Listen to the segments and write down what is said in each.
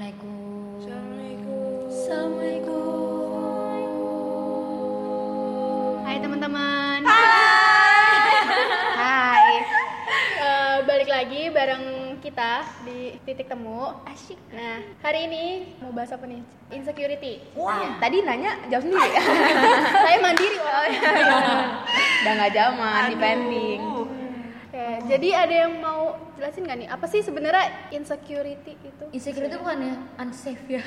Assalamualaikum. Assalamualaikum. Assalamualaikum. Hai teman-teman. Hai. Eh, balik lagi bareng kita di titik temu. Asyik. Nah, hari ini mau bahas apa nih? Insecurity. Iya. Tadi nanya jawab sendiri. Saya mandiri. wah. Udah nggak zaman, depending. Oke, jadi ada yang mau jelasin nggak nih? Apa sih sebenarnya insecurity itu? insecure itu bukan ya unsafe ya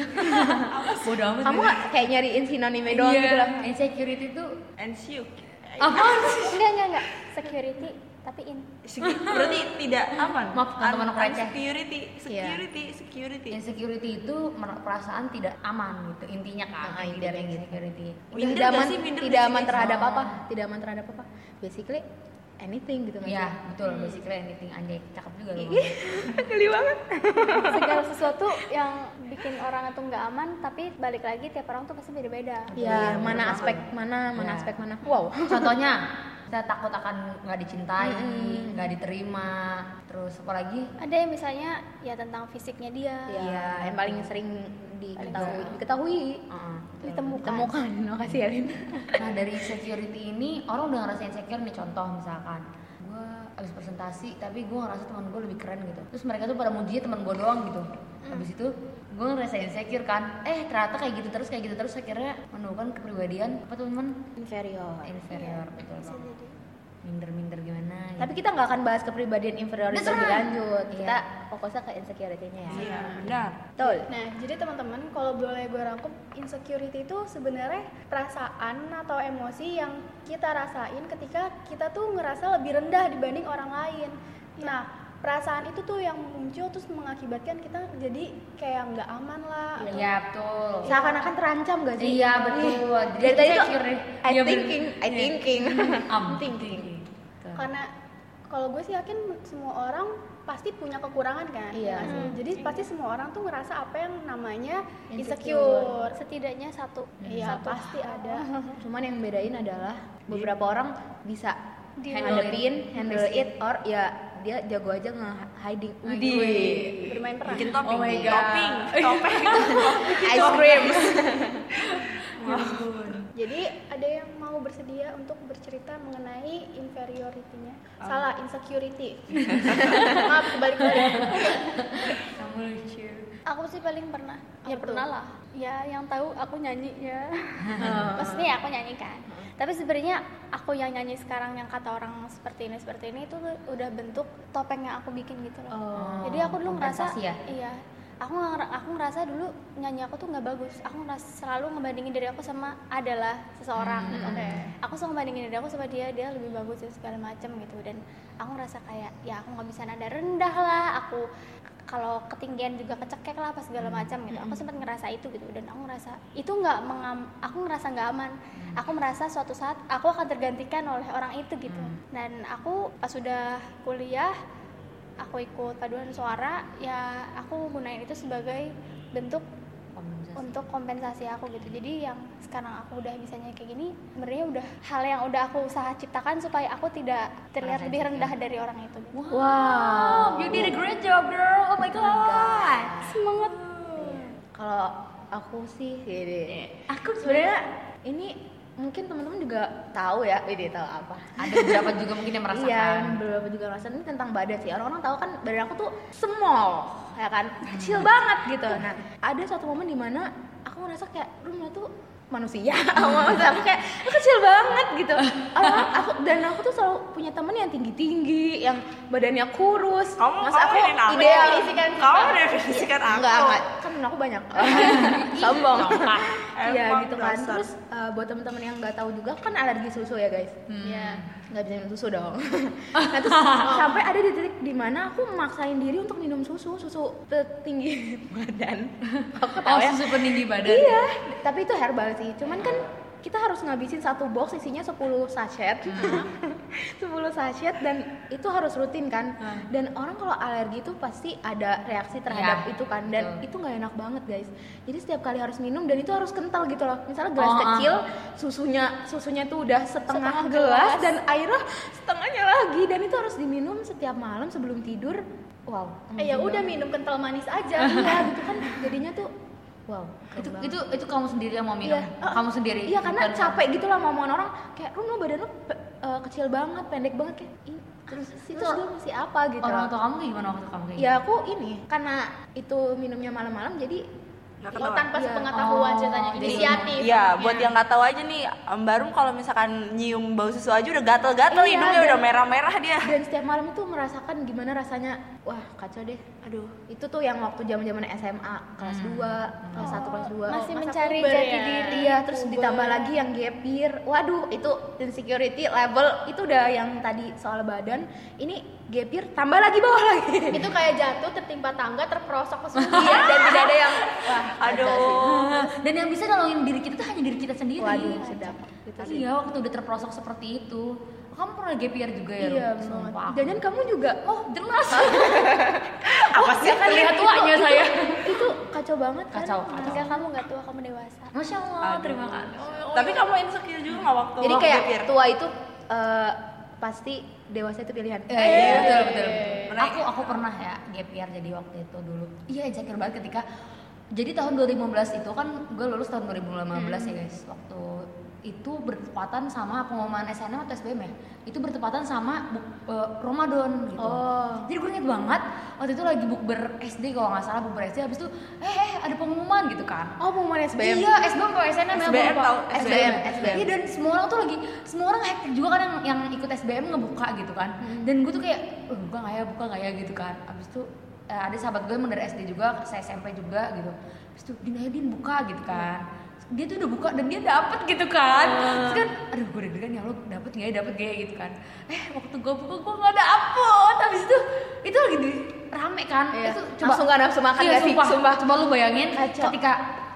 Bodo amat Kamu nggak kayak nyariin sinonimnya doang Iya. gitu lah. insecurity itu NCU apa Enggak, enggak, enggak. Security tapi in. berarti tidak aman Maaf, teman-teman receh. security security security Iya. insecurity itu mer- perasaan tidak aman gitu intinya kan Nah, intinya intinya gitu. insecurity Tidak Minder nggak aman, sih? Minder tidak nggak sih, aman guys? terhadap apa? Tidak aman terhadap apa? Basically anything gitu kan. Iya. ya betul Hmm. basically anything anjay cakep juga lu Geli banget. segala sesuatu yang bikin orang itu nggak aman tapi balik lagi tiap orang tuh pasti beda-beda Ya, iya, mana aspek mana, mana Ya. aspek mana. Wow. contohnya kita takut akan nggak dicintai Mm-mm. nggak diterima terus apa lagi ada yang misalnya ya tentang fisiknya dia Iya. Ya, yang paling sering diketahui, diketahui, Heeh. ditemukan ditemukan. Makasih ya, Lin. nah dari insecurity ini orang udah ngerasa insecure nih contoh misalkan gue abis presentasi tapi gue ngerasa teman gue lebih keren gitu terus mereka tuh pada muji teman gue doang gitu Hmm. abis itu gue ngerasa insecure kan eh ternyata kayak gitu terus kayak gitu terus akhirnya menemukan kepribadian apa tuh temen Inferior. inferior betul banget minder minder gimana gitu. Tapi kita nggak akan bahas kepribadian inferior itu lebih Betul. lanjut. Iya. Kita fokusnya ke insecurity-nya ya. iya benar Betul. Nah, jadi teman-teman, kalau boleh gue rangkum, insecurity itu sebenarnya perasaan atau emosi yang kita rasain ketika kita tuh ngerasa lebih rendah dibanding orang lain. Iya. Nah, perasaan itu tuh yang muncul terus mengakibatkan kita jadi kayak nggak aman lah. iya betul Seakan-akan terancam gak sih? iya betul Dari Jadi tadi tuh, insecure deh. I Iya, bener. Iya. gitu. thinking, I thinking. Am. Betul. Karena kalau gue sih yakin semua orang pasti punya kekurangan kan. Iya. Nah, Hmm, Jadi pasti semua orang tuh ngerasa apa yang namanya Insecure. insecure. setidaknya satu Iya, pasti ada. Cuman yang bedain adalah beberapa orang bisa Deal handlein, handle it, or ya dia jago aja nge-hiding. Widih. Bermain peran. bikin topping Oh my God. topping topping Ice cream. Jadi ada yang mau bersedia untuk bercerita mengenai inferioritinya? Salah, insecurity. Maaf kebalik-balik. kamu lucu aku sih paling pernah ya Apa tuh? pernah lah ya yang tahu aku nyanyi ya maksudnya ya aku nyanyi kan tapi sebenarnya aku yang nyanyi sekarang yang kata orang seperti ini seperti ini itu tuh udah bentuk topeng yang aku bikin gitu loh Oh, jadi aku dulu ngerasa kompensasi ya? iya aku nggak- aku ngerasa dulu nyanyi aku tuh nggak bagus aku ngerasa selalu ngebandingin diri aku sama adalah seseorang gitu. Hmm. aku selalu ngebandingin diri aku sama dia dia lebih bagus dan segala macam gitu dan aku ngerasa kayak ya aku nggak bisa nada rendah lah aku kalau ketinggian juga kecekek lah apa segala macam gitu aku sempat ngerasa itu gitu dan aku ngerasa itu nggak mengam aku ngerasa nggak aman aku merasa suatu saat aku akan tergantikan oleh orang itu gitu dan aku pas sudah kuliah aku ikut paduan suara ya aku gunain itu sebagai bentuk Kompensasi. untuk kompensasi aku gitu jadi yang sekarang aku udah bisa nyanyi kayak gini sebenarnya udah hal yang udah aku usaha ciptakan supaya aku tidak terlihat Merasa lebih insecure. rendah dari orang itu gitu. Wow, you Oh, did a great job, girl. Oh my god. semangat Kalau aku sih gini. Aku sebenarnya ini mungkin teman-teman juga tahu ya, ini tahu apa. Ada beberapa juga mungkin yang merasakan. Hmm. Iya, yang beberapa juga ngerasain ini tentang badan sih. Orang-orang tahu kan badan aku tuh small, ya kan, kecil Hmm. banget gitu. Nah, ada suatu momen dimana aku ngerasa kayak rumah tuh manusia, maksud aku kayak "Lu kecil banget gitu. Orang aku dan aku tuh selalu punya temen yang tinggi-tinggi, yang badannya kurus. kamu Mas kamu aku ini aku ideal. kamu definisikan aku Iya, Enggak, enggak. Kan temen aku banyak. Sombong. Iya Emang gitu kan. dasar. Terus eh, buat teman-teman yang nggak tahu juga kan alergi susu ya guys nggak bisa minum susu dong. nah, terus sampai ada di titik dimana aku memaksain diri untuk minum susu, susu tinggi badan. Aku Oh, ketawa ya. susu peninggi badan. Iya, tapi itu herbal sih. Cuman kan kita harus ngabisin satu box isinya 10 sachet. 10 Hmm. sachet dan itu harus rutin kan. Hmm. Dan orang kalau alergi itu pasti ada reaksi terhadap Iya, itu kan dan betul. itu nggak enak banget, guys. Jadi setiap kali harus minum dan itu harus kental gitu loh. Misalnya gelas Oh, ah. kecil, susunya susunya tuh udah setengah, gelas, dan airnya setengahnya lagi dan itu harus diminum setiap malam sebelum tidur wow eh ya udah minum kental manis aja enggak gitu kan jadinya tuh wow keren itu banget. itu itu kamu sendiri yang mau minum Iya, eh, kamu sendiri Iya karena Bukan- capek gitu lah mau omongan orang kayak lu lo badan lu pe- eh, kecil banget, pendek banget kayak "Ih, terus situ terus lu masih apa gitu. orang tua kamu kayak gimana waktu kamu kayak gitu? ya aku ini karena itu minumnya malam-malam jadi Nggak Oh, ketahuan. tanpa Iya. sepengetahuan Oh, ceritanya jadi- inisiatif Iya, maksudnya. buat yang nggak tahu aja nih, Om Barum kalau misalkan nyium bau susu aja udah gatel-gatel, Iya, hidungnya dan- udah merah-merah dia. dan setiap malam itu merasakan gimana rasanya wah kacau deh Aduh, itu tuh yang waktu zaman zaman SMA kelas 2 kelas 1 kelas 2 masih masa mencari puber jati ya. diri iya terus puber. ditambah lagi yang gapir waduh itu insecurity level itu udah yang tadi soal badan ini gapir tambah lagi bawah lagi itu kayak jatuh tertimpa tangga terperosok ke sumur Iya, dan tidak ada yang wah aduh. Ah, dan yang bisa nolongin diri kita tuh hanya diri kita sendiri waduh sedap gitu sih iya waktu udah terperosok seperti itu kamu pernah GPR juga ya iya Ru? banget Sumpah, aku- jangan kamu juga oh jelas Iya kan? Apa sih? terlihat tuanya saya itu kacau banget kan kacau kacau enggak kamu nggak tua kamu dewasa masya allah terima kasih Tapi kamu insecure juga nggak waktu jadi Oh, waktu kayak gapir? tua itu eh, pasti dewasa itu pilihan Eh, iya, betul betul. Menarik. Aku aku pernah ya gap year jadi waktu itu dulu. Iya, insecure banget ketika jadi tahun 2015 itu kan gue lulus tahun 2015 ya guys. Waktu itu bertepatan sama pengumuman SNM atau SBM ya. Itu bertepatan sama buk, eh, Ramadan gitu. Oh. Jadi gue inget banget waktu itu lagi bukber SD kalau nggak salah bukber SD habis itu eh, eh ada pengumuman gitu kan. oh pengumuman SBM Iya, SBM atau SNM ya, SBM lupa. tau, SBM. SBM. Iya dan semua orang tuh lagi semua orang hektik juga kan yang, yang ikut SBM ngebuka gitu kan. Hmm. Dan gue tuh kayak "Eh, buka nggak ya, buka nggak ya gitu kan. Abis itu eh, ada sahabat gue emang dari SD juga, saya SMP juga gitu. Abis itu Din ayo Din buka gitu kan. Dia tuh udah buka dan dia dapet gitu kan. Hmm. Terus kan, aduh gue deg-degan ya lo dapet nggak ya, dapet nggak ya gitu kan. Eh waktu gue buka gue nggak dapet. Abis itu itu lagi di rame kan. Iya. Itu Langsung nggak nafsu makan iya, nggak sih? sumpah, Sumpah. Coba lu bayangin Kacau. ketika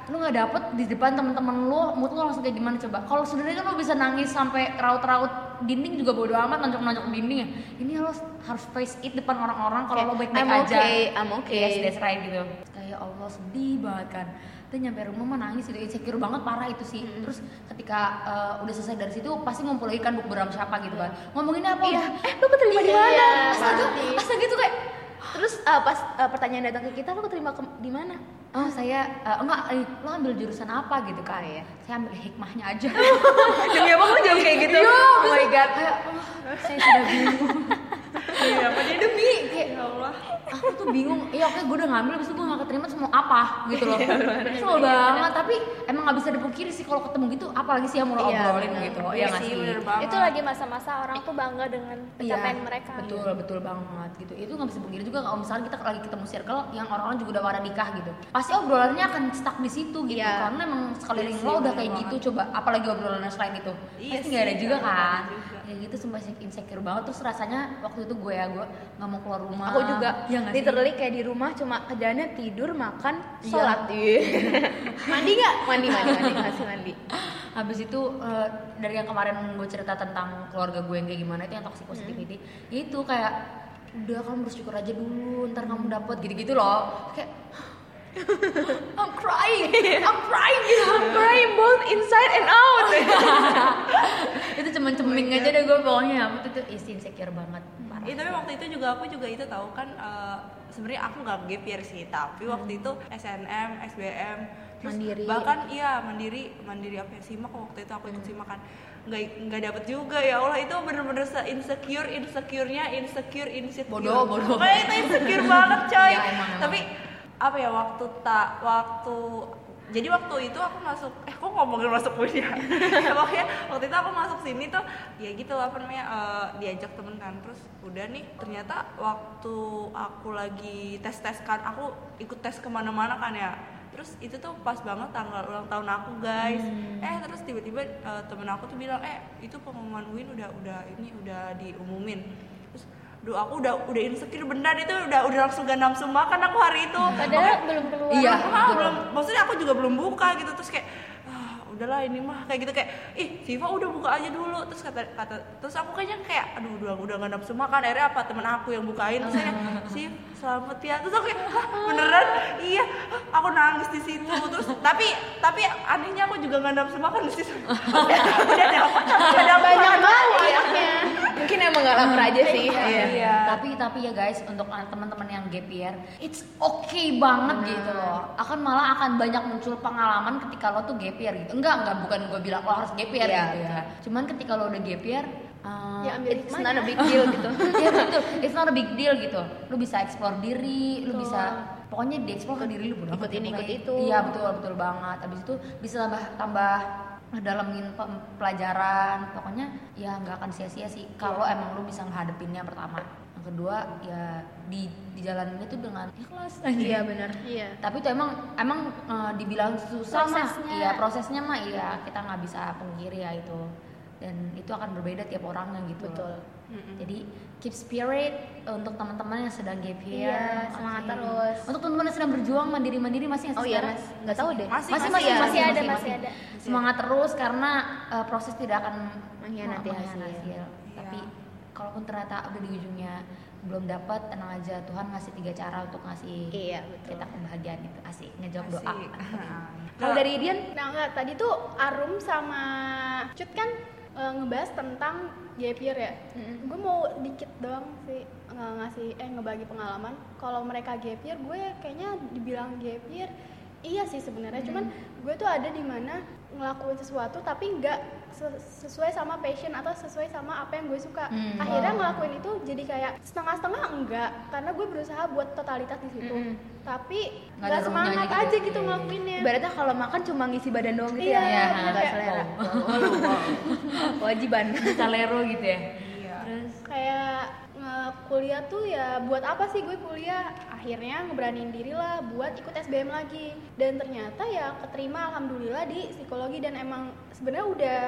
lu nggak dapet di depan temen-temen lu, mood lu langsung kayak gimana coba? Kalau sebenarnya kan lu bisa nangis sampai raut-raut dinding juga bodo amat, nancok-nancok dinding ya. Ini lo harus face it depan orang-orang kalau lo baik-baik I'm aja. okay, I'm okay. Yes, that's right gitu. Kayak Allah sedih banget kan. Terus nyampe rumah mah nangis gitu, insecure banget parah itu sih. Terus ketika eh, udah selesai dari situ pasti ngumpul lagi kan bukberam siapa gitu kan. Ngomongin apa? Iya. Eh, lu keterima di Iya, mana? Astaga, pasti. astaga itu kayak terus eh, pas eh, pertanyaan datang ke kita lo keterima ke- di mana Oh saya eh, enggak, eh, lo ambil jurusan apa gitu kan? ya? Saya ambil hikmahnya aja. Iya, Demi apa kamu jawab kayak gitu? oh my god Kayak, oh, saya sudah bingung. Demi Iya, apa dia demi? Kayak, Ya Allah. aku tuh bingung. Iya, oke, gue udah ngambil, abis itu gue gak keterima, terus mau apa gitu Iya, loh. Kesel banget. Tapi emang gak bisa dipungkiri sih kalau ketemu gitu, apalagi sih yang mau lo Iya, obrolin gitu. Iya Iya nggak sih, sih? bener banget. itu lagi masa-masa orang tuh bangga dengan Iya, pencapaian mereka betul betul banget gitu itu nggak bisa pungkiri juga kalau misalnya kita lagi ketemu circle yang orang-orang juga udah pada nikah gitu pasti obrolannya akan stuck di situ gitu Iya. karena emang sekeliling Iya lo sih, udah bener kayak banget. gitu coba apalagi obrolannya selain itu Iya pasti nggak ada sih, juga nggak ada kan juga. kayak gitu sumpah insecure banget terus rasanya waktu itu gue ya gue nggak mau keluar rumah aku juga ya nggak sih? literally kayak di rumah cuma kerjaannya tidur makan sholat mandi nggak mandi mandi mandi masih mandi Habis itu eh, dari yang kemarin gue cerita tentang keluarga gue yang kayak gimana itu yang toxic positivity, ya itu kayak udah kamu harus syukur aja dulu, ntar kamu dapet gitu-gitu loh. Kayak I'm crying, I'm crying gitu. I'm crying both inside and out itu cuman ceming aja deh gue pokoknya ya, itu tuh isi insecure banget. Parah. Iya tapi waktu itu juga aku juga itu tahu kan eh, sebenarnya aku nggak gap year sih tapi waktu Hmm. itu SNM, SBM, terus Mandiri. bahkan iya mandiri mandiri apa ya simak waktu itu aku Hmm. ikut simak kan nggak nggak dapet juga ya Allah itu bener-bener se insecure insecure-nya insecure insecure Bodoh, bodoh. Pokoknya itu insecure banget coy Ya, emang, emang. tapi apa ya waktu tak waktu jadi waktu itu aku masuk eh kok ngomongin masuk kuliah ya pokoknya waktu itu aku masuk sini tuh ya gitu apa namanya eh, diajak temen kan terus udah nih ternyata waktu aku lagi tes tes kan aku ikut tes kemana-mana kan ya terus itu tuh pas banget tanggal ulang tahun aku guys Hmm. eh terus tiba-tiba eh, temen aku tuh bilang eh itu pengumuman win udah udah ini udah diumumin terus Duh aku udah udah insecure benar itu udah udah langsung gak nafsu makan aku hari itu. padahal belum keluar Iya, Aku mah belum, maksudnya aku juga belum buka gitu terus kayak ah, udahlah ini mah kayak gitu kayak ih Siva udah buka aja dulu terus kata kata terus aku kayaknya kayak aduh udah udah gak nafsu makan akhirnya apa temen aku yang bukain terus kayak Siv selamat ya terus aku kayak "Hah, beneran iya Hah, aku nangis di situ terus tapi tapi anehnya aku juga gak nafsu makan di situ udah dapat udah dapat banyak banget makan. ya mungkin emang nggak lapar aja sih Iya. Tapi tapi ya guys, untuk anak- teman-teman yang gap year, it's okay banget Nah. gitu loh. Akan malah akan banyak muncul pengalaman ketika lo tuh gap year gitu. Enggak, enggak bukan gue bilang lo harus gap year Iya, gitu ya. Cuman ketika lo udah gap year, uh, Ya, ambil it's not a big deal gitu Iya betul, it's not a big deal gitu. Lu bisa explore diri, lu bisa pokoknya di explore ke diri lu bodo Ikut amat, ini, pokoknya. ikut itu. Iya betul betul banget. Abis itu bisa tambah tambah ngedalamin pe- pelajaran. Pokoknya ya nggak akan sia-sia sih kalau Iya. emang lu bisa menghadepinnya pertama. Yang kedua ya di dijalaninnya tuh dengan ikhlas aja. iya benar Iya. Tapi itu emang emang eh, dibilang susah Prosesnya. mah, iya prosesnya mah iya kita nggak bisa pungkiri ya itu dan itu akan berbeda tiap orangnya gitu. Betul. loh. Jadi keep spirit eh, untuk teman-teman yang sedang gap year. Iya, semangat Oke. terus. Untuk teman-teman yang sedang berjuang mandiri-mandiri masih nggak sih Oh iya, sekarang? Mas. Nggak tahu deh. Masih Masih, masih masih, masih ya. Masih ada, masih ada. Semangat terus karena eh, proses tidak akan Mengkhianati meng- hasil. Tapi kalaupun ternyata udah di ujungnya belum dapat, tenang aja Tuhan ngasih tiga cara untuk ngasih Iya, betul. kita kebahagiaan itu. Asik ngejawab doa. Asik. kalau dari Dian Nah enggak, tadi tuh Arum sama Cut kan eh, ngebahas tentang gap year ya. Mm-mm. Gue mau dikit doang sih nge- ngasih eh ngebagi pengalaman. Kalau mereka gap year, gue ya kayaknya dibilang gap year iya sih sebenarnya. Cuman gue tuh ada di mana ngelakuin sesuatu tapi nggak se- sesuai sama passion atau sesuai sama apa yang gue suka. Mm, Hmm, Akhirnya wow. ngelakuin itu jadi kayak setengah-setengah enggak karena gue berusaha buat totalitas di situ. Mm-mm. Tapi Nggak ada nggak ruhnya semangat aja gitu. aja gitu Iya, iya. ngelakuinnya. ibaratnya kalau makan cuma ngisi badan doang gitu Iya, ya iya, nggak kayak- selera wajiban Salero gitu ya. kayak nge- kuliah tuh ya buat apa sih gue kuliah akhirnya ngeberaniin diri lah buat ikut SBM lagi dan ternyata ya keterima alhamdulillah di psikologi dan emang sebenarnya udah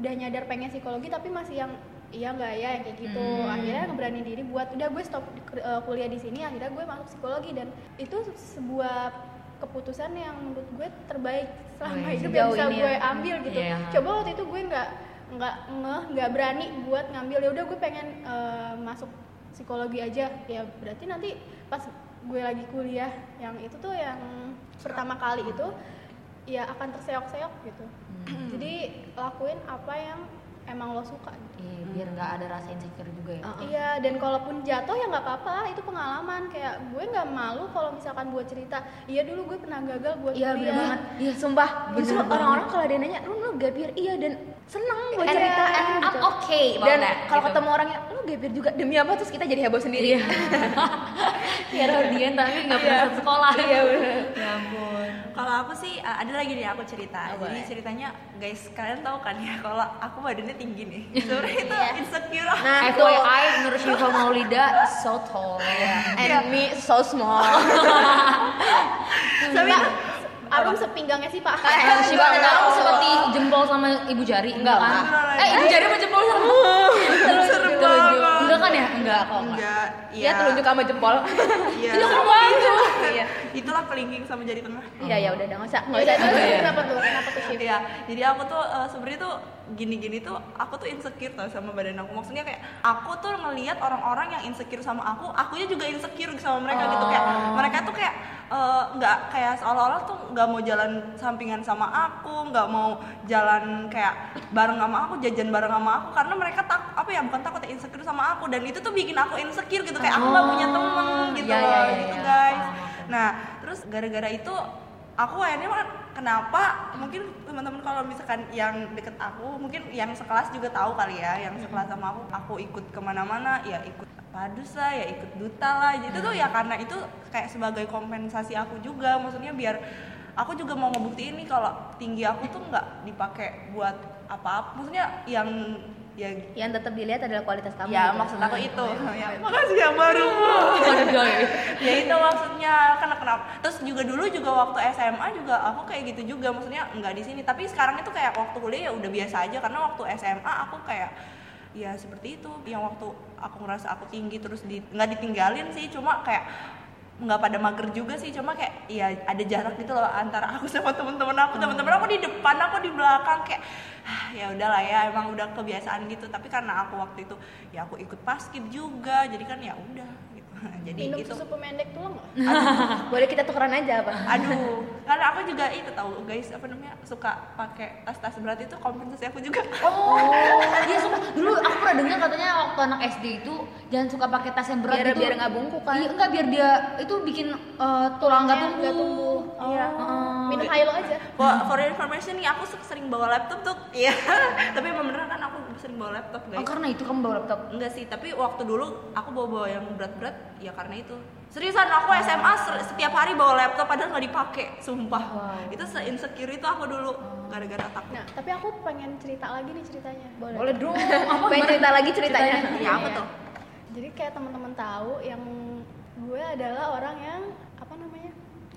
udah nyadar pengen psikologi tapi masih yang iya nggak ya yang kayak gitu akhirnya ngeberaniin diri buat udah gue stop di- ke- eh, kuliah di sini akhirnya gue masuk psikologi dan itu se- sebuah keputusan yang menurut gue terbaik selama Wih, hidup yang sejauh bisa ini ya. gue ambil gitu Iya. coba waktu itu gue nggak nggak ngeh nggak berani buat ngambil ya udah gue pengen eh, masuk psikologi aja ya berarti nanti pas gue lagi kuliah yang itu tuh yang pertama kali itu ya akan terseok-seok gitu Hmm. jadi lakuin apa yang emang lo suka Ah. gitu. Iya, biar nggak ada rasa insecure juga ya. Uh-uh. Iya, dan kalaupun jatuh ya nggak apa-apa, itu pengalaman. Kayak gue nggak malu kalau misalkan buat cerita. Iya dulu gue pernah gagal buat Iya bener kuliah. banget. Iya sumpah. Bener Justru banget. orang-orang kalau ada yang nanya, lu lu gap year iya dan seneng buat And- ceritain. and I'm gitu. okay about Dan that, kalau gitu. ketemu orang yang lu gap year juga demi apa terus kita jadi heboh sendiri. Iya, Rodian tapi nggak pernah satu sekolah. Iya benar. Ya ampun. Kalau aku sih uh, ada lagi nih aku cerita. Oh, Jadi boleh. ceritanya guys kalian tahu kan ya kalau aku badannya tinggi nih. Sebenarnya itu insecure. Nah, itu FYI menurut Syifa Maulida so tall. and me so small. Tapi Nah. itu- Arum sepinggangnya sih pak. Kalau enggak, Syifa tahu enggak. Eh, seperti jempol sama ibu jari Enggak, kan? enggak. Eh, ibu jari sama jempol sama. Serem Telunjuk. banget. Enggak kan ya? Enggak kok. Enggak. Oh, enggak. Iya telunjuk kan sama jempol. Iya. Iya. Itulah kelingking sama jari tengah. Iya ya udah enggak usah. Enggak Yaudah, usah. terus kenapa tuh? Kenapa tuh shift? Iya, jadi aku tuh eh, sebenarnya tuh gini-gini tuh aku tuh insecure tau sama badan aku. Maksudnya kayak aku tuh ngelihat orang-orang yang insecure sama aku, akunya juga insecure sama mereka gitu kayak mereka tuh kayak eh, nggak kayak seolah-olah tuh nggak mau jalan sampingan sama aku, nggak mau jalan kayak bareng sama aku, jajan bareng sama aku karena mereka tak apa ya bukan takut ya, insecure sama aku dan itu tuh bikin aku insecure gitu kayak aku nggak punya temen gitu Iya, loh iya, iya, gitu iya. guys. Paham aku. Nah, terus gara-gara itu aku akhirnya malah kenapa mungkin teman-teman kalau misalkan yang deket aku mungkin yang sekelas juga tahu kali ya yang sekelas sama aku aku ikut kemana-mana ya ikut padus lah ya ikut duta lah itu tuh ya karena itu kayak sebagai kompensasi aku juga maksudnya biar aku juga mau ngebuktiin nih kalau tinggi aku tuh nggak dipakai buat apa-apa maksudnya yang ya Yang tetap dilihat adalah kualitas kamu. ya Iya, gitu. maksud aku itu ya, makasih ya baru iya. ya itu maksudnya karena kenapa terus juga dulu juga waktu SMA juga aku kayak gitu juga maksudnya nggak di sini tapi sekarang itu kayak waktu kuliah ya udah biasa aja karena waktu SMA aku kayak ya seperti itu yang waktu aku ngerasa aku tinggi terus di- nggak ditinggalin sih cuma kayak nggak pada mager juga sih cuma kayak ya ada jarak gitu loh antara aku sama temen-temen aku temen-temen aku di depan aku di belakang kayak "Ah, ya udahlah ya emang udah kebiasaan gitu tapi karena aku waktu itu ya aku ikut paskib juga jadi kan ya udah gitu jadi minum itu susu pemendek tulang nggak? Boleh kita tukeran aja apa? aduh karena aku juga itu tahu guys apa namanya suka pakai tas-tas berat itu kompensasi aku juga Oh, iya sumpah. Dulu aku pernah dengar katanya waktu anak SD itu jangan suka pakai tas yang berat Biar- gitu. biar nggak bungkuk kan? Iya, enggak biar dia itu bikin eh, tulang nggak tumbuh. Nggak Oh, tumbuh. Iya. Heeh. Minum Hilo aja. for, for your information nih aku su- sering bawa laptop tuh iya tapi emang beneran kan aku sering bawa laptop guys Oh, karena itu kamu bawa laptop. enggak sih tapi waktu dulu aku bawa bawa yang berat-berat ya karena itu seriusan aku SMA ser- setiap hari bawa laptop padahal nggak dipakai sumpah itu se insecure itu aku dulu gara-gara takut Nah, tapi aku pengen cerita lagi nih ceritanya. Boleh dong. Pengen Apa gimana? cerita lagi ceritanya. ya apa tuh Jadi kayak teman-teman tahu yang gue adalah orang yang apa namanya?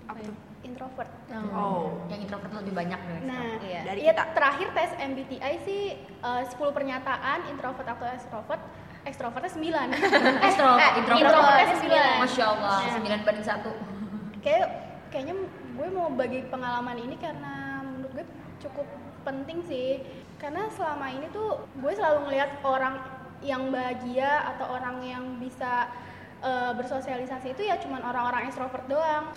apa tuh introvert. oh Yang introvert lebih banyak dari Nah, Iya. Dari iya, kita. terakhir tes MBTI sih eh, 10 pernyataan introvert atau extrovert. Extrovertnya 9. Extrovert, eh, introvertnya sembilan. Masya Allah, Iya. 9 banding 1 Kayak kayaknya gue mau bagi pengalaman ini karena menurut gue cukup penting sih. Karena selama ini tuh gue selalu ngelihat orang yang bahagia atau orang yang bisa eh, bersosialisasi itu ya cuman orang-orang extrovert doang.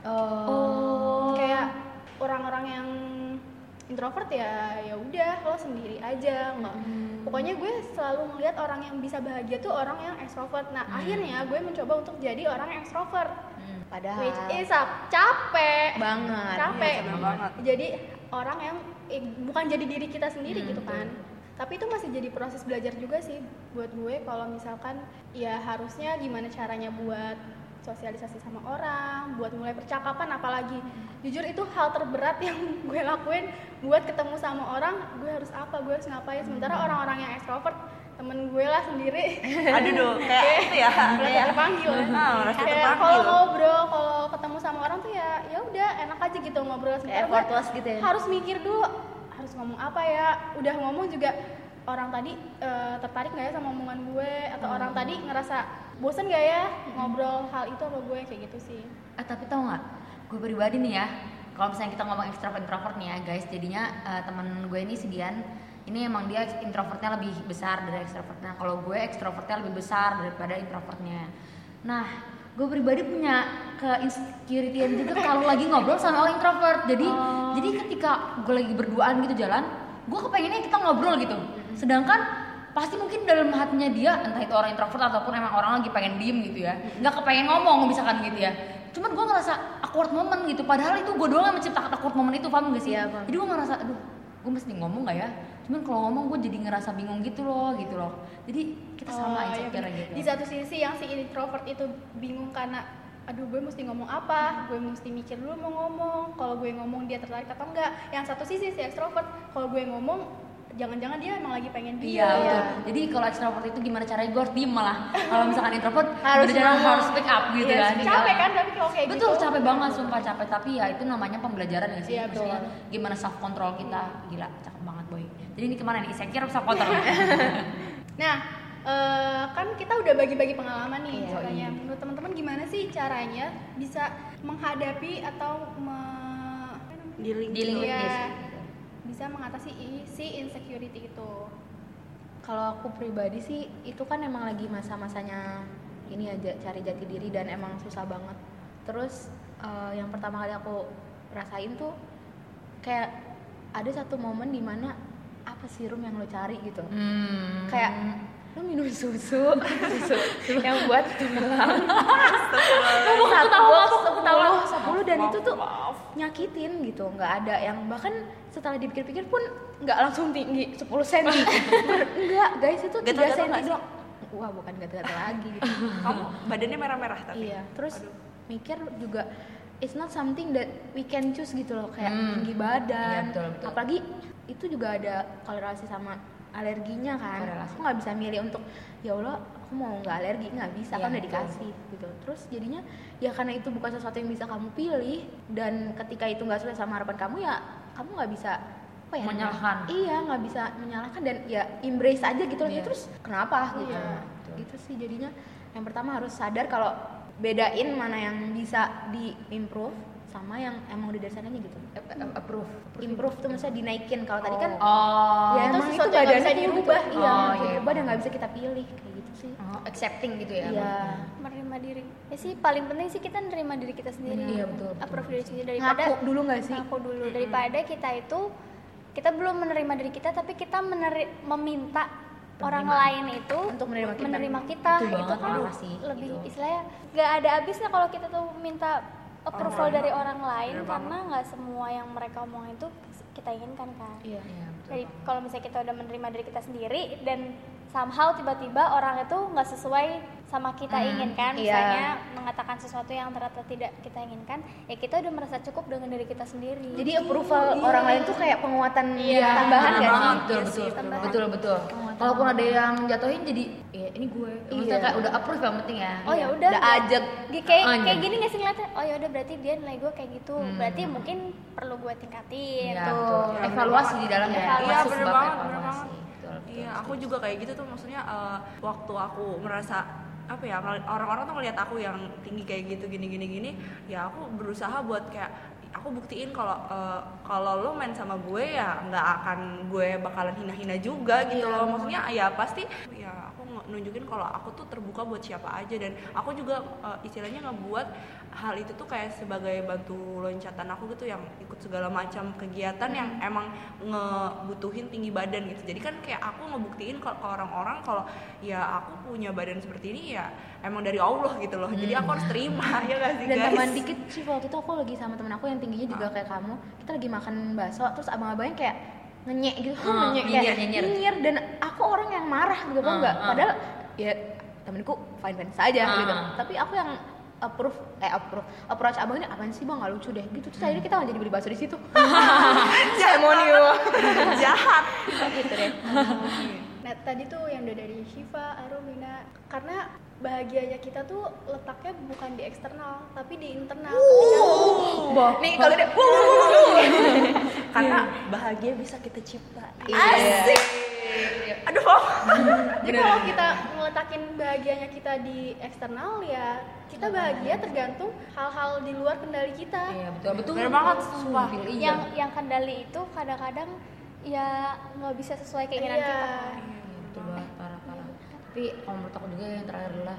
Oh, kayak orang-orang yang introvert ya ya udah lo sendiri aja nggak pokoknya gue selalu ngelihat orang yang bisa bahagia tuh orang yang ekstrovert nah akhirnya gue mencoba untuk jadi orang yang ekstrovert Padahal which is a- capek banget. capek Iya, capek banget. jadi orang yang eh, bukan jadi diri kita sendiri Hmm, gitu kan tapi itu masih jadi proses belajar juga sih buat gue kalau misalkan ya harusnya gimana caranya buat sosialisasi sama orang buat mulai percakapan apalagi jujur itu hal terberat yang gue lakuin buat ketemu sama orang gue harus apa gue harus ngapain Hmm. sementara orang-orang yang ekstrovert temen gue lah sendiri aduh duh, kayak itu ya merasa kayak terpanggil Ah, merasa Iya. kayak terpanggil. kalau ngobrol kalau ketemu sama orang tuh ya ya udah enak aja gitu ngobrol Kayak Sementara gua effortless gitu ya. harus mikir dulu harus ngomong apa ya udah ngomong juga orang tadi eh, tertarik nggak ya sama omongan gue atau Hmm. orang tadi ngerasa bosen gak ya ngobrol hal itu sama gue kayak gitu sih Ah, tapi tau nggak, gue pribadi nih ya, kalau misalnya kita ngomong extrovert introvert nih ya guys, jadinya eh, teman gue ini si Dian, ini emang dia introvertnya lebih besar dari extrovertnya. Kalau gue extrovertnya lebih besar daripada introvertnya. Nah, gue pribadi punya ke insecurity-an juga kalau lagi ngobrol sama orang introvert. Jadi, jadi ketika gue lagi berduaan gitu jalan, gue kepengennya kita ngobrol gitu. Sedangkan pasti mungkin dalam hatinya dia entah itu orang introvert ataupun emang orang lagi pengen diem gitu ya nggak kepengen ngomong misalkan gitu ya cuman gue ngerasa awkward moment gitu padahal itu gue doang yang menciptakan awkward moment itu paham gak sih Iya, paham. jadi gue ngerasa aduh gue mesti ngomong gak ya cuman kalau ngomong gue jadi ngerasa bingung gitu loh gitu loh jadi kita sama Oh, iya insecure bener. gitu di satu sisi yang si introvert itu bingung karena aduh gue mesti ngomong apa gue mesti mikir dulu mau ngomong kalau gue ngomong dia tertarik atau enggak yang satu sisi si extrovert kalau gue ngomong jangan-jangan dia emang lagi pengen gitu ya. Iya, dia betul. Jadi kalau extrovert itu gimana caranya gue harus diem malah. Kalau misalkan introvert Harus bener-bener ngomong. harus speak up gitu Iya, kan. capek kan tapi kalau kayak Betul, gitu capek banget sumpah capek tapi ya itu namanya pembelajaran ya sih. Iya, Maksudnya gimana self control kita. Gila, cakep banget boy. Jadi ini kemana nih? Insecure apa self control? nah eh, kan kita udah bagi-bagi pengalaman nih Iya. caranya menurut teman-teman gimana sih caranya bisa menghadapi atau me- apa namanya? dealing Dealing with Iya, this. bisa mengatasi i- si insecurity itu Kalau aku pribadi sih itu kan emang lagi masa-masanya ini aja cari jati diri dan emang susah banget. Terus eh, yang pertama kali aku rasain tuh kayak ada satu momen dimana apa sih rum yang lo cari gitu. Hmm. Kayak lo minum susu, susu yang buat tenggelam. Aku ketawa, aku ketawa. sepuluh, sepuluh dan itu tuh Maaf. nyakitin gitu nggak ada yang bahkan setelah dipikir-pikir pun nggak langsung tinggi 10 cm enggak guys itu 3 Gatal-gatal cm nggak sih? doang wah bukan gatal-gatal lagi gitu. kamu badannya merah-merah tapi iya terus Aduh. mikir juga it's not something that we can choose gitu loh kayak Hmm. tinggi badan Iya, betul, betul. apalagi itu juga ada korelasi sama alerginya kan Korelasi. aku nggak bisa milih untuk ya allah aku mau nggak alergi nggak bisa Iya, kan udah betul. dikasih gitu terus jadinya ya karena itu bukan sesuatu yang bisa kamu pilih dan ketika itu nggak sesuai sama harapan kamu ya kamu nggak bisa apa ya Menyalahkan. iya nggak bisa menyalahkan dan ya embrace aja gitu loh Iya. Ya, terus kenapa gitu Iya. Betul. gitu sih jadinya yang pertama harus sadar kalau bedain mana yang bisa di improve sama yang emang udah dari sananya gitu Ap- ap- Approve. improve tuh maksudnya dinaikin kalau tadi kan Oh. ya Itu emang itu sesuatu yang nggak badannya bisa diubah. gitu. iya Oh, nggak bisa iya. diubah dan nggak bisa kita pilih kayak gitu sih Oh, accepting gitu ya. Iya. menerima diri ya sih paling penting sih kita nerima diri kita sendiri Benar. Iya, betul, betul. approve diri sendiri daripada Ngaku dulu nggak sih? ngaku dulu daripada kita itu kita belum menerima diri kita tapi kita meneri- meminta orang lain itu Untuk menerima kita. kita. Betul itu banget, kan parah sih, lebih gitu. istilahnya nggak ada habisnya kalau kita tuh minta approval Orang. dari orang lain Iya, Bener karena nggak semua yang mereka omongin itu kita inginkan kan Iya. Iya, betul. jadi kalau misalnya kita udah menerima diri kita sendiri dan somehow tiba-tiba orang itu nggak sesuai sama kita Hmm, inginkan, iya. misalnya mengatakan sesuatu yang ternyata tidak kita inginkan, ya kita udah merasa cukup dengan diri kita sendiri. Jadi approval orang lain tuh kayak penguatan tambahan bener gak sih? Iya, banget. Betul, betul, tambahan. betul, betul. Kalaupun ada yang jatuhin jadi, ya ini gue. Maksudnya Iya. kayak udah approve yang penting ya. oh ya udah, Udah gua- ajak. Gi- kayak Ah, kayak iya. gini nggak sih ngeliatnya? Oh ya udah berarti dia nilai gue kayak gitu, Hmm. berarti mungkin perlu gue tingkatin Iya, tuh. gitu. betul. Evaluasi di dalam ya. Evaluasi. Iya Masuk bener bab banget, bener evaluasi. banget. Betul, betul, Iya, betul. aku juga kayak gitu tuh maksudnya eh, waktu aku merasa apa ya ngel- orang-orang tuh ngeliat aku yang tinggi kayak gitu gini gini gini, ya aku berusaha buat kayak aku buktiin kalau eh, kalau lo main sama gue ya nggak akan gue bakalan hina-hina juga gitu loh maksudnya ya pasti ya aku nge- nunjukin kalau aku tuh terbuka buat siapa aja dan aku juga eh, istilahnya ngebuat hal itu tuh kayak sebagai bantu loncatan aku gitu yang ikut segala macam kegiatan yang emang ngebutuhin tinggi badan gitu jadi kan kayak aku ngebuktiin kalau ke orang-orang kalau ya aku punya badan seperti ini ya emang dari Allah gitu loh jadi aku harus terima ya gak sih Dan guys tambahan dikit sih waktu itu aku lagi sama temen aku yang tingginya juga kayak kamu. Kita lagi makan bakso terus abang-abangnya kayak ngenyek gitu, Hmm, ngenyek nyinyir, kayak nyinyir. nyinyir. dan aku orang yang marah gitu Hmm, kok enggak. hmm. Padahal ya temenku fine fine saja Hmm. gitu. Tapi aku yang approve eh approve approach abang ini apaan sih bang nggak lucu deh gitu terus akhirnya kita nggak jadi beli bakso di situ ceremonial jahat gitu deh Nah tadi tuh yang udah dari Shiva, Arum, Mina Karena bahagianya kita tuh letaknya bukan di eksternal Tapi di internal nih kalau dia wuh, wuh, wuh, wuh. Hmm. Iya. karena bahagia bisa kita cipta asik aduh Jadi kalau kita ngeletakin bahagianya kita di eksternal ya Kita bahagia tergantung hal-hal di luar kendali kita Iya, betul, betul. Bener banget, sumpah. Feel, iya. Yang yang kendali itu kadang-kadang ya nggak bisa sesuai keinginan Iya. kita. betul banget parah parah tapi kalau menurut aku juga yang terakhir adalah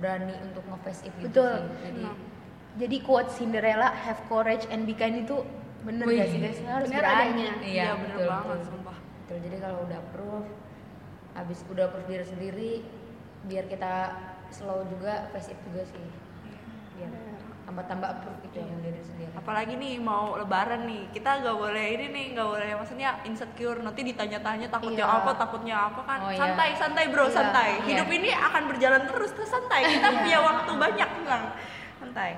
berani untuk nge-face it gitu Betul. sih. jadi jadi quote Cinderella have courage and be kind itu bener Wih. gak sih guys harus Bener berani adanya. iya bener betul, banget betul. sumpah Betul, jadi kalau udah proof habis udah proof diri sendiri biar kita slow juga face it juga sih biar Iya. tambah-tambah approve gitu ya sama diri sendiri apalagi nih mau lebaran nih kita nggak boleh ini nih nggak boleh maksudnya insecure nanti ditanya-tanya takutnya Iya. apa takutnya apa kan Oh, iya. santai santai bro Iya, santai iya. hidup ini akan berjalan terus terus santai kita punya waktu banyak bilang santai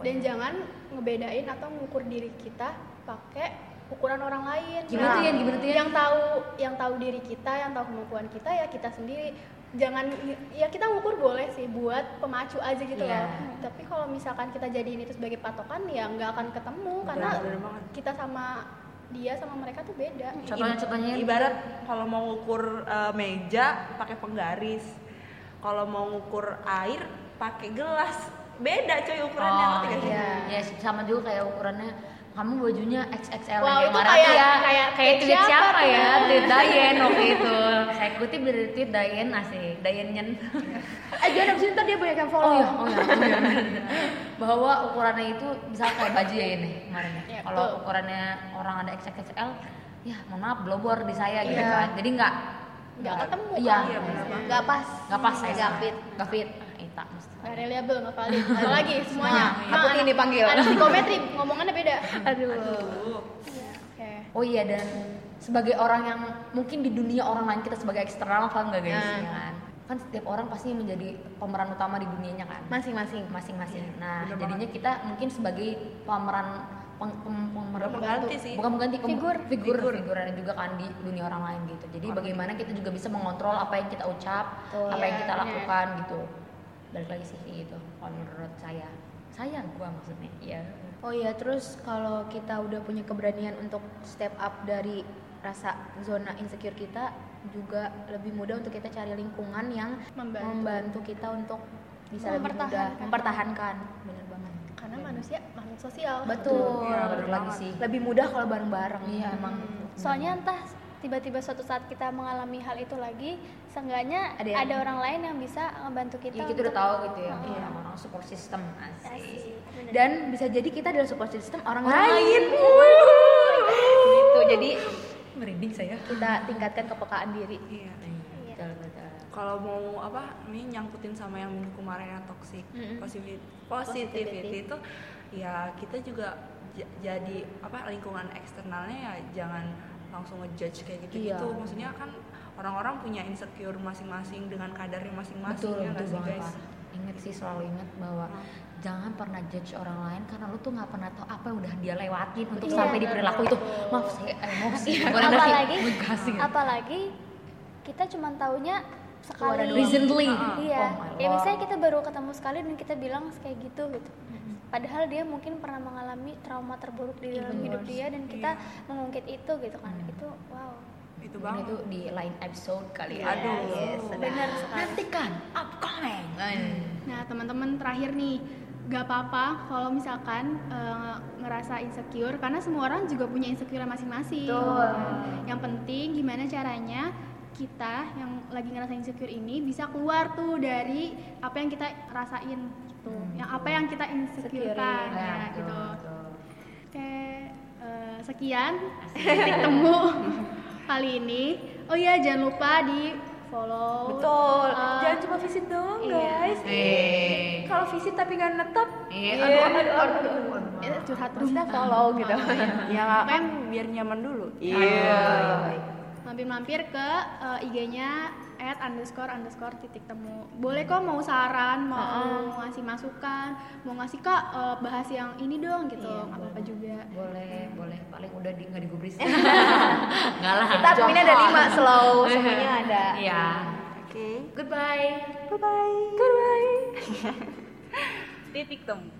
Dan jangan ngebedain atau ngukur diri kita pakai ukuran orang lain gimana tuh Nah, ya gimana tuh ya yang tahu yang tahu diri kita yang tahu kemampuan kita ya kita sendiri jangan ya kita ngukur boleh sih buat pemacu aja gitu Iya. loh tapi kalau misalkan kita jadiin itu sebagai patokan ya nggak akan ketemu karena bener banget. kita sama dia sama mereka tuh beda Iya. contohnya-contohnya ibarat kalau mau ngukur eh, meja pakai penggaris kalau mau ngukur air pakai gelas beda coy ukurannya oh, ngerti nggak sih? iya. ya sama juga kayak ukurannya kamu bajunya XXL Wow, yang itu kemarin kayak- tuh ya kayak- kayak kayak tweet siapa siapa tuh? ya tweet Dayen waktu itu saya kutip dari tweet Dayen asik Dayen nyen eh jangan abis itu ntar dia banyak yang follow Oh ya? iya, oh iya, oh iya. Bahwa ukurannya itu misalnya kayak baju ya ini kemarin ya. Iya, Kalau betul. ukurannya orang ada XXL, ya mohon maaf blobor di saya gitu Iya. kan. Jadi nggak nggak ketemu Iya, kan? Iya, bener banget. nggak pas nggak pas saya. nggak fit Nggak fit. Ah, Eta mesti. nggak reliable nggak valid apalagi semuanya Nah, takut ini dipanggil. anak psikometri ngomongannya beda aduh Tuh. Iya, oke Oh iya dan sebagai orang yang mungkin di dunia orang lain kita sebagai eksternal paham nggak guys? Nah. Ya kan? kan setiap orang pasti menjadi pemeran utama di dunianya kan. masing-masing masing-masing. Nah, bener jadinya kita mungkin sebagai pemeran peng, pem- pemeran Bukan pengganti pembantu. sih. Bukan pengganti pem- Figur. figur, figuran juga kan di dunia orang lain gitu. Jadi bagaimana kita juga bisa mengontrol apa yang kita ucap, apa yang Iya, kita bener. lakukan gitu. Balik lagi sih kayak gitu. Kalau menurut saya, saya gua maksudnya. Iya. oh iya terus kalau kita udah punya keberanian untuk step up dari rasa zona insecure kita juga lebih mudah untuk kita cari lingkungan yang Membantu. membantu kita untuk bisa lebih mudah Mempertahankan. mempertahankan bener banget karena manusia makhluk sosial betul Iya, balik lagi sih. lebih mudah kalau bareng-bareng Iya, emang Soalnya entah tiba-tiba suatu saat kita mengalami hal itu lagi seenggaknya Ada ada, yang- orang lain yang bisa membantu kita ya kita udah untuk- tahu Iya, gitu ya Heeh. orang support system asik Asik, bener. dan bisa jadi kita adalah support system orang, Orang lain, lain. Wuh. gitu jadi merinding saya Iya. kita tingkatkan kepekaan diri Iya. Iya. betul betul Kalau mau apa, ini nyangkutin sama yang minggu kemarin yang toxic Mm-mm. Positivity- Positivity. positivity itu ya kita juga j- jadi apa lingkungan eksternalnya ya jangan langsung ngejudge kayak gitu gitu. Iya. Maksudnya kan orang-orang punya insecure masing-masing dengan kadarnya masing-masing betul ya nggak betul sih, banget Pak. ingat sih selalu ingat bahwa Hmm. jangan pernah judge orang lain karena lu tuh nggak pernah tahu apa yang udah dia lewatin untuk Iya, sampai di betul. Iya. perilaku itu maaf saya emosi bukan emosi, apalagi mengkasih. apalagi kita cuma taunya sekali doang. recently iya Oh my ya Lord. misalnya kita baru ketemu sekali dan kita bilang kayak gitu gitu padahal dia mungkin pernah mengalami trauma terburuk di dalam Even hidup worse. dia dan kita mengungkit itu gitu kan itu wow Itu Mungkin banget. itu di lain episode kali Iya. ya Aduh. benar sekali nantikan upcoming Nah, teman-teman terakhir nih, gak apa-apa kalau misalkan eh, ngerasa insecure karena semua orang juga punya insecure masing-masing. Yang penting gimana caranya kita yang lagi ngerasa insecure ini bisa keluar tuh dari apa yang kita rasain gitu. Hmm. Yang apa yang kita insecurekan Ya, ya, betul, gitu. betul. Oke, eh, sekian titik temu kali ini. Oh iya, jangan lupa di follow betul eh, jangan cuma visit doang iya. guys Eh. kalau visit tapi nggak netap Eh, aduh, aduh, aduh, aduh, eh, curhat terus. maksudnya follow gitu Ya eh, kan biar nyaman dulu. Iya. mampir-mampir ke eh, IG-nya at underscore underscore titik temu boleh kok mau saran mau ngasih masukan mau ngasih kak eh, bahas yang ini dong gitu Iya, nggak apa-apa boleh. juga boleh boleh paling udah di nggak digubris nggak lah kita adminnya ada lima slow semuanya ada iya Oke. goodbye Bye bye. Goodbye. Titik temu.